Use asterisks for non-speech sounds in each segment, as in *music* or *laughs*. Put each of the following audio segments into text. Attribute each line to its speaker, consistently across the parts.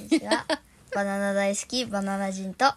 Speaker 1: *laughs*
Speaker 2: バナナ大好きバナナ人とは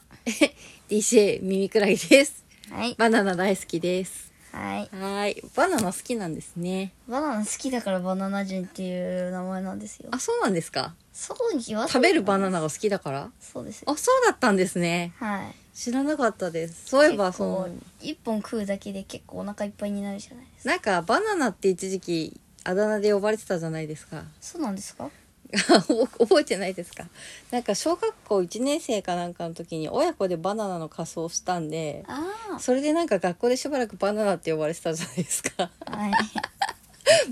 Speaker 1: DJ 耳くらげです。 *laughs*
Speaker 2: い
Speaker 1: バナナ大好きです。
Speaker 2: はい
Speaker 1: はーい。バナナ好きなんですね。
Speaker 2: バナナ好きだからバナナ人っていう名前なんですよ
Speaker 1: あ、そうなんですか。
Speaker 2: そうに決まって
Speaker 1: 食べるバナナが好きだから
Speaker 2: そうです
Speaker 1: あ、そうだったんですね。
Speaker 2: はい
Speaker 1: 知らなかったです。そういえば、
Speaker 2: 結
Speaker 1: そ
Speaker 2: 構
Speaker 1: の、
Speaker 2: 一本食うだけで結構お腹いっぱいになるじゃないですか
Speaker 1: なんかバナナって一時期あだ名で呼ばれてたじゃないですか。 *laughs*
Speaker 2: そうなんですか
Speaker 1: 覚えてないですかなんか小学校1年生かなんかの時に親子でバナナの仮装をしたんで、
Speaker 2: あ
Speaker 1: それでなんか学校でしばらくバナナって呼ばれてたじゃないですか。
Speaker 2: あはい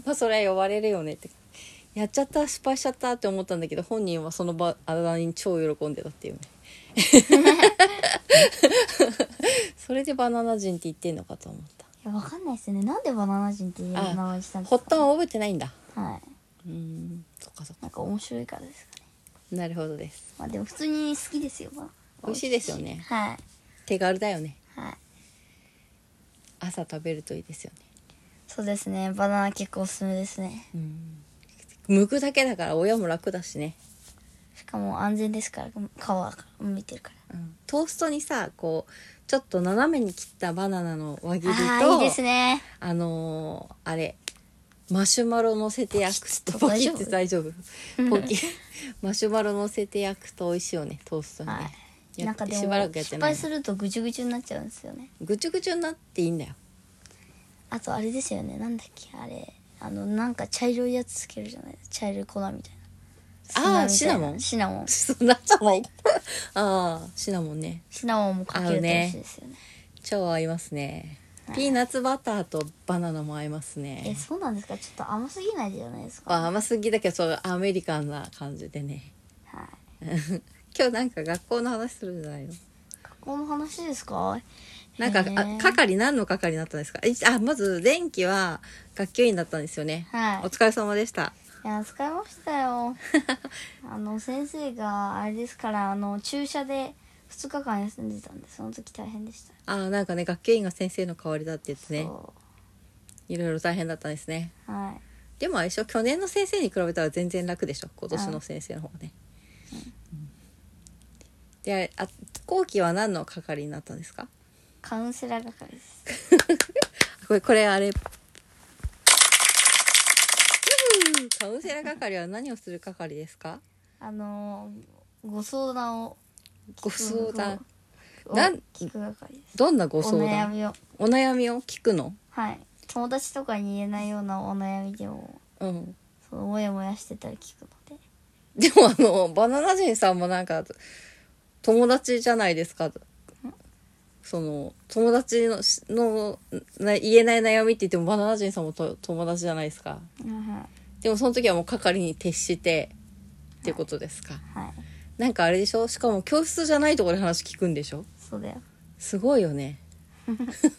Speaker 1: まあそれは呼ばれるよねってやっちゃった失敗しちゃったって思ったんだけど本人はその場あだ名に超喜んでたって
Speaker 2: *laughs*
Speaker 1: いうねそれでバナナ人って言ってんのかと思っ
Speaker 2: いやわかんないですねなんでバナナ人っていう名前にした
Speaker 1: た
Speaker 2: んです
Speaker 1: 発端
Speaker 2: か
Speaker 1: は覚えてないんだ
Speaker 2: はい
Speaker 1: うんそっかそっか
Speaker 2: なんか面白いからですかね
Speaker 1: なるほどです
Speaker 2: まあでも普通に好きですよバナナ
Speaker 1: 美味しいですよね
Speaker 2: はい
Speaker 1: 手軽だよね
Speaker 2: はい
Speaker 1: 朝食べるといいですよね
Speaker 2: そうですねバナナ結構おすすめですね
Speaker 1: うん剥くだけだから親も楽だしね、
Speaker 2: しかも安全ですから皮が向いてるから
Speaker 1: うん、トーストにさこうちょっと斜めに切ったバナナの輪切りと
Speaker 2: ああーいいですね
Speaker 1: あのー、あれマシュマロ乗せて焼くと
Speaker 2: ポ
Speaker 1: ポ
Speaker 2: キ
Speaker 1: キ
Speaker 2: ッ
Speaker 1: ッ
Speaker 2: と
Speaker 1: て大丈夫ポキ *laughs* マシュマロ乗せて焼くと美味しいよねトーストにね、
Speaker 2: はい
Speaker 1: や
Speaker 2: なんかでも
Speaker 1: しばらくやって
Speaker 2: 失
Speaker 1: ない
Speaker 2: 敗するとぐちゅぐちゅになっちゃうんですよね
Speaker 1: ぐちゅぐちゅになっていいんだよ *laughs*
Speaker 2: あとあれですよねなんだっけあれあのなんか茶色いやつつけるじゃない茶色い粉みたいな
Speaker 1: あー
Speaker 2: 砂みたいな
Speaker 1: シ
Speaker 2: シナモン
Speaker 1: そうなっちゃない *laughs* ああシナモンね
Speaker 2: シナモンもかけると美味しいですよね
Speaker 1: 超合いますねピーナッツバターとバナナも合います
Speaker 2: え
Speaker 1: ね
Speaker 2: そうなんですかちょっと甘すぎないじゃないですか
Speaker 1: あ甘すぎだけどそうアメリカンな感じでね
Speaker 2: はい
Speaker 1: 今日なんか学校の話するんじゃないの
Speaker 2: 学校の話ですか
Speaker 1: なんか、
Speaker 2: へー
Speaker 1: あ、係何の係になったんですかいあ、まず、電気は学級委員だったんですよね。
Speaker 2: はい
Speaker 1: お疲れ様でした。 *laughs*
Speaker 2: いや使いましたよ *laughs* あの先生があれですからあの注射で2日間休んでたんでその時大変でした
Speaker 1: あ、なんかね、学級委員が先生の代わりだって言ってね、
Speaker 2: そ
Speaker 1: いろいろ大変だったんですね。
Speaker 2: うはい
Speaker 1: でも、あれでしょ、去年の先生に比べたら全然楽でしょ、今年の先生の方がね。うんで、あれ、あ、後期は何の係になったんですか
Speaker 2: カウンセラー係です
Speaker 1: これ、これ、あれ。うんカウンセラー係は何をする係ですか
Speaker 2: あのご相談を
Speaker 1: ご相談。
Speaker 2: を
Speaker 1: なん
Speaker 2: 聞く係です
Speaker 1: どんなご相
Speaker 2: お悩
Speaker 1: 談
Speaker 2: みを
Speaker 1: お悩みを聞くの
Speaker 2: はい友達とかに言えないようなお悩みでも
Speaker 1: うん。
Speaker 2: そのモヤモヤしてたら聞くので
Speaker 1: でもあの、バナナ人さんもなんか、友達じゃないですか。その、友達のしのな言えない悩みって言ってもバナナ人さんもと友達じゃないですか。
Speaker 2: うんはい
Speaker 1: でもその時はもう係に徹してってことですか。
Speaker 2: はい
Speaker 1: なんかあれでしょしかも教室じゃないところで話聞くんでしょ
Speaker 2: そうだよ
Speaker 1: すごいよね。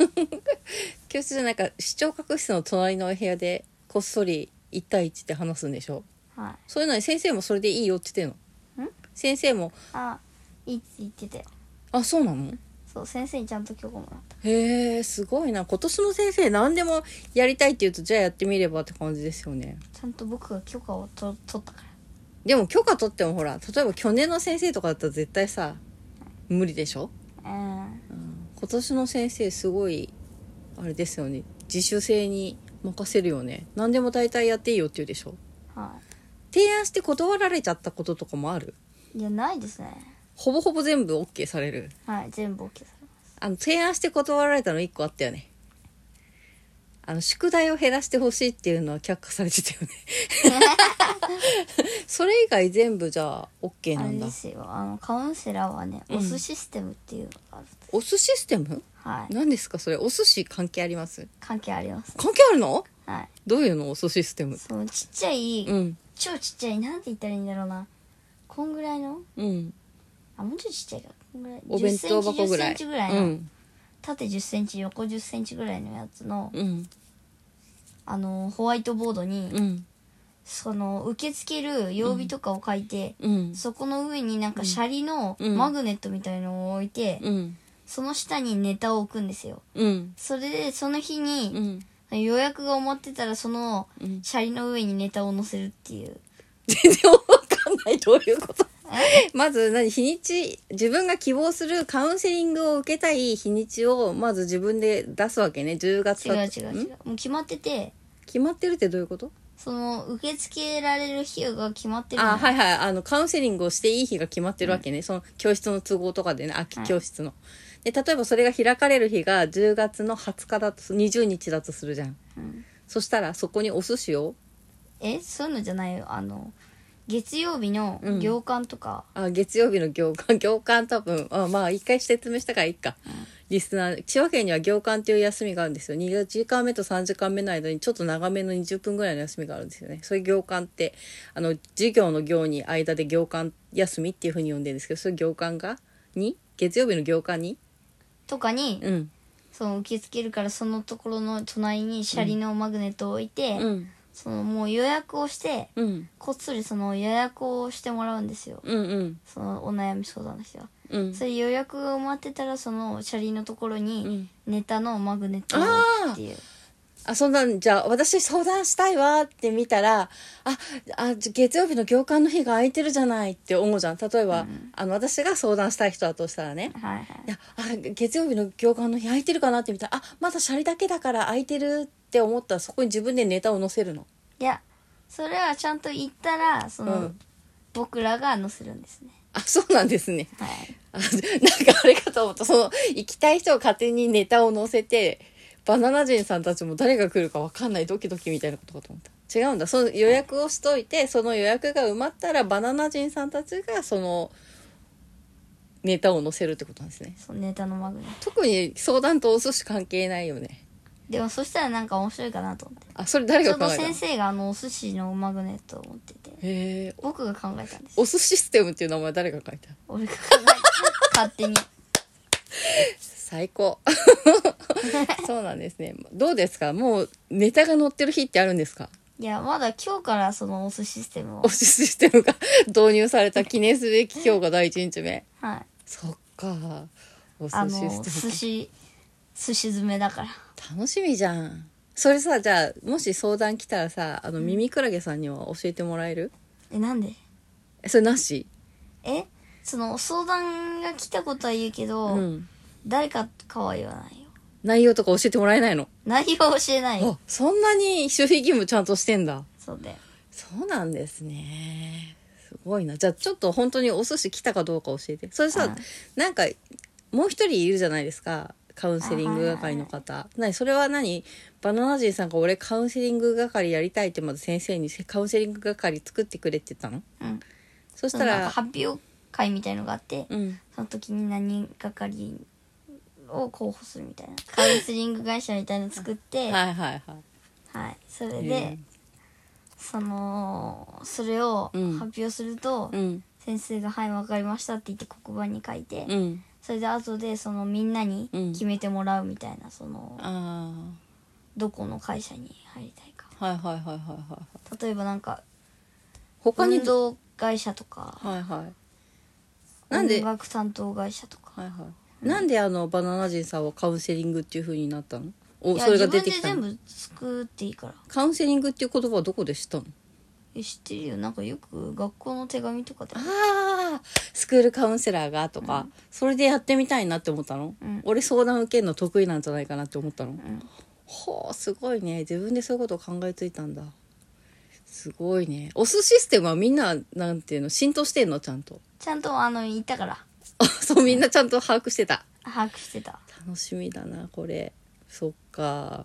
Speaker 1: *laughs* 教室じゃなんか視聴覚室の隣のお部屋でこっそり1対1って話すんでしょ
Speaker 2: はい
Speaker 1: そういうのに先生もそれでいいよって言ってんの
Speaker 2: ん
Speaker 1: 先生も、
Speaker 2: あいいって言ってたよ
Speaker 1: あ、そうなの
Speaker 2: そう先生にちゃんと許可もらった
Speaker 1: へえすごいな今年の先生何でもやりたいって言うとじゃあやってみればって感じですよね
Speaker 2: ちゃんと僕が許可をと取ったから
Speaker 1: でも許可取ってもほら例えば去年の先生とかだったら絶対さ無理でしょ、
Speaker 2: うん
Speaker 1: うん、今年の先生すごいあれですよね自主性に任せるよね何でも大体やっていいよって言うでしょ
Speaker 2: は
Speaker 1: 提案して断られちゃったこととかもある
Speaker 2: いいやないですね
Speaker 1: ほぼほぼ全部 OK される
Speaker 2: はい全部 OK されま
Speaker 1: あの提案して断られたの1個あったよねあの宿題を減らしてほしいっていうのは却下され
Speaker 2: *laughs*
Speaker 1: てたよねそれ以外全部じゃあ OK
Speaker 2: すあ
Speaker 1: な
Speaker 2: れ
Speaker 1: んだ
Speaker 2: ですよあのカウンセラーはね、
Speaker 1: うん
Speaker 2: オスシステムっていうのがあるんです
Speaker 1: お寿司システム
Speaker 2: はい
Speaker 1: 何ですかそれお寿司関係あります
Speaker 2: 関係あります
Speaker 1: 関係あるの
Speaker 2: はい
Speaker 1: どういうのお寿司システム
Speaker 2: そのちっちゃい、
Speaker 1: うん
Speaker 2: 超ちっちゃいなんて言ったらいいんだろうなこんぐらいの
Speaker 1: うん
Speaker 2: あもうちょいちっちゃいかこんぐらい
Speaker 1: お弁当箱ぐらい
Speaker 2: 10センチ10センチぐらいうの、
Speaker 1: ん
Speaker 2: 縦1 0センチ横1 0センチぐらいのやつの、
Speaker 1: うん
Speaker 2: あのホワイトボードに、
Speaker 1: うん
Speaker 2: その受け付ける曜日とかを書いて、
Speaker 1: うん
Speaker 2: そこの上になんかシャリの
Speaker 1: うん
Speaker 2: マグネットみたいのを置いて、
Speaker 1: うん
Speaker 2: その下にネタを置くんですよ
Speaker 1: うん
Speaker 2: それでその日
Speaker 1: う
Speaker 2: に、
Speaker 1: ん
Speaker 2: 予約が埋まってたらその
Speaker 1: うん
Speaker 2: シャリの上にネタを載せるっていう
Speaker 1: 全然わかんないどういうことまず何日にち自分が希望するカウンセリングを受けたい日にちをまず自分で出すわけね10月
Speaker 2: 違う
Speaker 1: だ
Speaker 2: 違う違う
Speaker 1: ん
Speaker 2: もう決まってて
Speaker 1: 決まってるってどういうこと
Speaker 2: その受け付けられる日が決まってるの
Speaker 1: あはいはいあのカウンセリングをしていい日が決まってるわけね、その教室の都合とかでね空き教室の、で例えばそれが開かれる日が10月の20日だと20日だとするじゃん
Speaker 2: うん
Speaker 1: そしたらそこにお寿司を
Speaker 2: えそういうのじゃないよあの月曜日の
Speaker 1: うん
Speaker 2: 行間とか、
Speaker 1: あ月曜日の行間行間多分あまあ一回説明したからいいか、リスナー千葉県には行間という休みがあるんですよ2時間目と3時間目の間にちょっと長めの20分ぐらいの休みがあるんですよねそれ行間ってあの授業の行に間で行間休みっていうふうに呼んでるんですけどそれ行間がに月曜日の行間に
Speaker 2: とかに、
Speaker 1: うん
Speaker 2: その受け付けるからそのところの隣にシャリのマグネットを置いて、
Speaker 1: うん
Speaker 2: そのもう予約をして
Speaker 1: うん
Speaker 2: こっそりその予約をしてもらうんですよ
Speaker 1: うんうん
Speaker 2: そのお悩み相談の人は、
Speaker 1: うん
Speaker 2: それ予約を待ってたらそのシャリのところ
Speaker 1: う
Speaker 2: に
Speaker 1: ん
Speaker 2: ネタのマグネットを置くっていう
Speaker 1: あそんなんじゃあ私相談したいわって見たらああじゃ月曜日の行間の日が空いてるじゃないって思うじゃん例えば、あの私が相談したい人だとしたらね、
Speaker 2: はいはい
Speaker 1: いやあ月曜日の行間の日空いてるかなって見たらあまだシャリだけだから空いてるって思ったらそこに自分でネタを載せるの
Speaker 2: いやそれはちゃんと言ったらその、
Speaker 1: うん
Speaker 2: 僕らが載せるんですね
Speaker 1: あそうなんですね
Speaker 2: はい
Speaker 1: あ *laughs* なんかあれかと思ったその行きたい人を勝手にネタを載せてバナナ人さんたちも誰が来るか分かんないドキドキみたいなことかと思った違うんだその予約をしといてその予約が埋まったらバナナ人さんたちがそのネタを載せるってことなんですね
Speaker 2: そのネタのマグネット
Speaker 1: 特に相談とお寿司関係ないよね
Speaker 2: でもそしたらなんか面白いかなと思って
Speaker 1: あそれ誰
Speaker 2: ち
Speaker 1: が
Speaker 2: ょう
Speaker 1: 考
Speaker 2: ど
Speaker 1: えたの
Speaker 2: 先生があのお寿司のマグネットを持ってて
Speaker 1: へえ
Speaker 2: 僕が考えたんです
Speaker 1: お寿司システムっていう名前誰が書いたの
Speaker 2: 俺が考えた勝手に
Speaker 1: 最 *laughs* 高そうなんですねどうですかもうネタが載ってる日ってあるんですか
Speaker 2: いやまだ今日からそのお寿司システムを
Speaker 1: お寿司システムが導入された記念すべき今日が第1日目
Speaker 2: はい
Speaker 1: そっかお寿
Speaker 2: あ
Speaker 1: 司
Speaker 2: の寿
Speaker 1: システ
Speaker 2: 司寿司詰めだから
Speaker 1: ム楽しみじゃんそれさじゃあもし相談来たらさあの耳クラゲさんには教えてもらえる
Speaker 2: えなんで
Speaker 1: えそれなし
Speaker 2: えその相談が来たことは言うけど、
Speaker 1: うん
Speaker 2: 誰かかは言わないよ
Speaker 1: 内容とか教えてもらえないの
Speaker 2: 内容は教えないよ
Speaker 1: あそんなに守秘義務ちゃんとしてんだ
Speaker 2: そうだよ
Speaker 1: そうなんですね。すごいな。じゃあちょっと本当にお寿司来たかどうか教えて。それさ、
Speaker 2: うん
Speaker 1: なんかもう一人いるじゃないですか。カウンセリング係の方。何それは何バナナ人さんが俺カウンセリング係やりたいってまず先生にカウンセリング係作ってくれって言ったの
Speaker 2: うん
Speaker 1: そし
Speaker 2: そ
Speaker 1: た、
Speaker 2: のなんから発表会みたいのがあって、
Speaker 1: うん。
Speaker 2: その時に何係を候補するみたいなカウンセリング会社みたいなの作って
Speaker 1: は
Speaker 2: はい、
Speaker 1: いはいはい。
Speaker 2: それ
Speaker 1: え
Speaker 2: でそのそれを
Speaker 1: うん
Speaker 2: 発表すると、
Speaker 1: ーうん。
Speaker 2: 先生が「はいわかりました」って言って黒板に書いて、
Speaker 1: うん。
Speaker 2: それで後でそのみんなに
Speaker 1: うん
Speaker 2: 決めてもらうみたいなその
Speaker 1: あ
Speaker 2: どこの会社に入りたいか
Speaker 1: あ。はいはいはいはいはい。
Speaker 2: 例えばなんか
Speaker 1: 他に
Speaker 2: 運動会社とか
Speaker 1: はいはい。なんで
Speaker 2: 音楽担当会社とか
Speaker 1: はいはい。なんであのバナナ人さんはカウンセリングっていう風になったの？お
Speaker 2: いや
Speaker 1: それが
Speaker 2: 自分
Speaker 1: 出て
Speaker 2: で
Speaker 1: きた
Speaker 2: 全
Speaker 1: の。
Speaker 2: 部作っていいから
Speaker 1: カウンセリングっていう言葉はどこで知ったの？
Speaker 2: え知ってるよなんかよく学校の手紙とかで
Speaker 1: ああ、スクールカウンセラーがとか、それでやってみたいなって思ったの？
Speaker 2: うん
Speaker 1: 俺相談受けるの得意なんじゃないかなって思ったの？
Speaker 2: ん
Speaker 1: ほうすごいね。自分でそういうことを考えついたんだ。すごいね。オスシステムはみんななんていうの浸透してんのちゃんと。
Speaker 2: ちゃんとあの言ったから
Speaker 1: あそうみんなちゃんと把握してた。
Speaker 2: 把握してた
Speaker 1: 楽しみだなこれそっか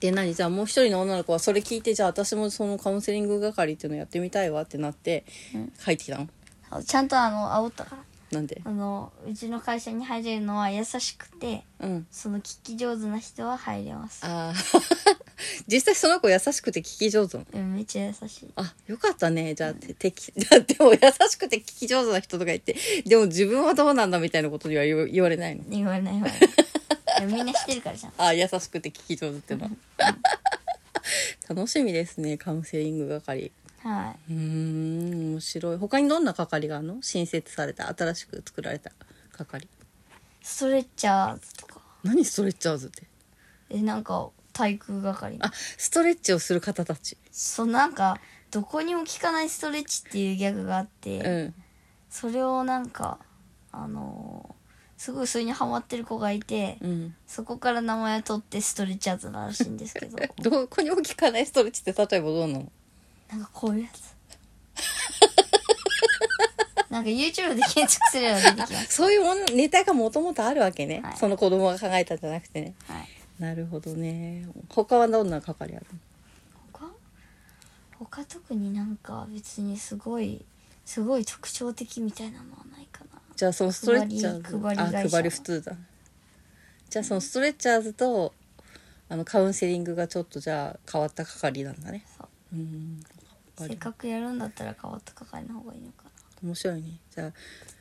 Speaker 1: で何じゃあもう一人の女の子はそれ聞いてじゃあ私もそのカウンセリング係っていうのやってみたいわってなって
Speaker 2: うん
Speaker 1: 入ってきたの
Speaker 2: あちゃんとあの煽ったから
Speaker 1: なんで
Speaker 2: あのうちの会社に入れるのは優しくて
Speaker 1: うん
Speaker 2: その聞き上手な人は入れます
Speaker 1: ああ *laughs* 実際その子優しくて聞き上手なの
Speaker 2: うんめっちゃ優しい
Speaker 1: あよかった *laughs* ねじゃあて敵だっても優しくて聞き上手な人とか言ってでも自分はどうなんだみたいなことには言わ言われないの
Speaker 2: 言われない
Speaker 1: *laughs*
Speaker 2: わいやみんな知ってるからじゃん
Speaker 1: あ優しくて聞き上手ってのは *laughs* 楽しみですねカウンセリング係
Speaker 2: はいう
Speaker 1: ーん面白い他にどんな係があるの新設された新しく作られた係
Speaker 2: ストレッチャーズとか
Speaker 1: 何ストレッチャーズって
Speaker 2: えなんか体育係
Speaker 1: あストレッチをする方たち
Speaker 2: そうなんかどこにも効かないストレッチっていうギャグがあって、
Speaker 1: うん
Speaker 2: それをなんかあのーすごいそれにハマってる子がいて、
Speaker 1: うん *laughs*
Speaker 2: そこから名前を取ってストレッチアートらしいんです
Speaker 1: *laughs*
Speaker 2: けど
Speaker 1: どこにも効かないストレッチって例えばどうなの
Speaker 2: なんかこういうやつなんか YouTube で検索すれば出てきます
Speaker 1: そういうものネタがもともとあるわけね、
Speaker 2: はい
Speaker 1: その子供が考えたんじゃなくてね
Speaker 2: はい
Speaker 1: なるほどね他はどんな係ある
Speaker 2: 他他特になんか別にすごいすごい特徴的みたいなのはないかな
Speaker 1: じゃあそのストレッチャーズ
Speaker 2: 配り配り会
Speaker 1: あ
Speaker 2: 社
Speaker 1: 配り普通だじゃあそのストレッチャーズとあのカウンセリングがちょっとじゃあ変わった係なんだね
Speaker 2: そう
Speaker 1: うーん
Speaker 2: せっかくやるんだったら変わった係の方がいいのかな
Speaker 1: 面白いねじゃあ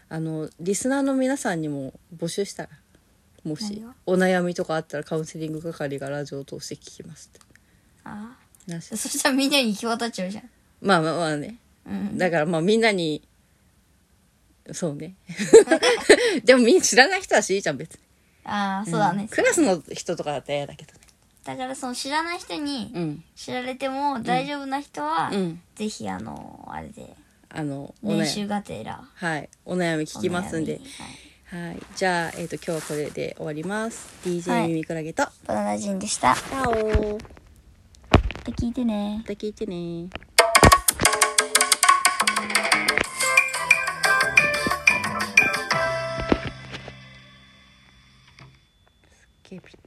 Speaker 1: あのリスナーの皆さんにも募集したらもし
Speaker 2: 何を
Speaker 1: お悩みとかあったらカウンセリング係がラジオを通して聞きますって
Speaker 2: あ
Speaker 1: なし
Speaker 2: あそしたらみんなに行き渡っちゃうじゃん
Speaker 1: まあまあまあね
Speaker 2: うん
Speaker 1: だからまあみんなにそ
Speaker 2: *laughs*
Speaker 1: うねでもみんな知らない人はしいいじゃん別に
Speaker 2: ああそうだね
Speaker 1: ん、クラスの人とかだったら嫌だけどね
Speaker 2: だからその知らない人に
Speaker 1: うん
Speaker 2: 知られても大丈夫な人は、
Speaker 1: うん
Speaker 2: ぜひあのあれで
Speaker 1: あのお
Speaker 2: 練
Speaker 1: 悩
Speaker 2: 習
Speaker 1: み
Speaker 2: がてら
Speaker 1: はいお悩み聞きますん
Speaker 2: お
Speaker 1: で
Speaker 2: 悩みはい
Speaker 1: はいじゃあえっ、と今日はこれで終わります
Speaker 2: は
Speaker 1: DJ
Speaker 2: い
Speaker 1: ミミクラゲと、
Speaker 2: バナナ人でしたま
Speaker 1: チャオま
Speaker 2: た聞いてね
Speaker 1: た聞いてねすっげえピッ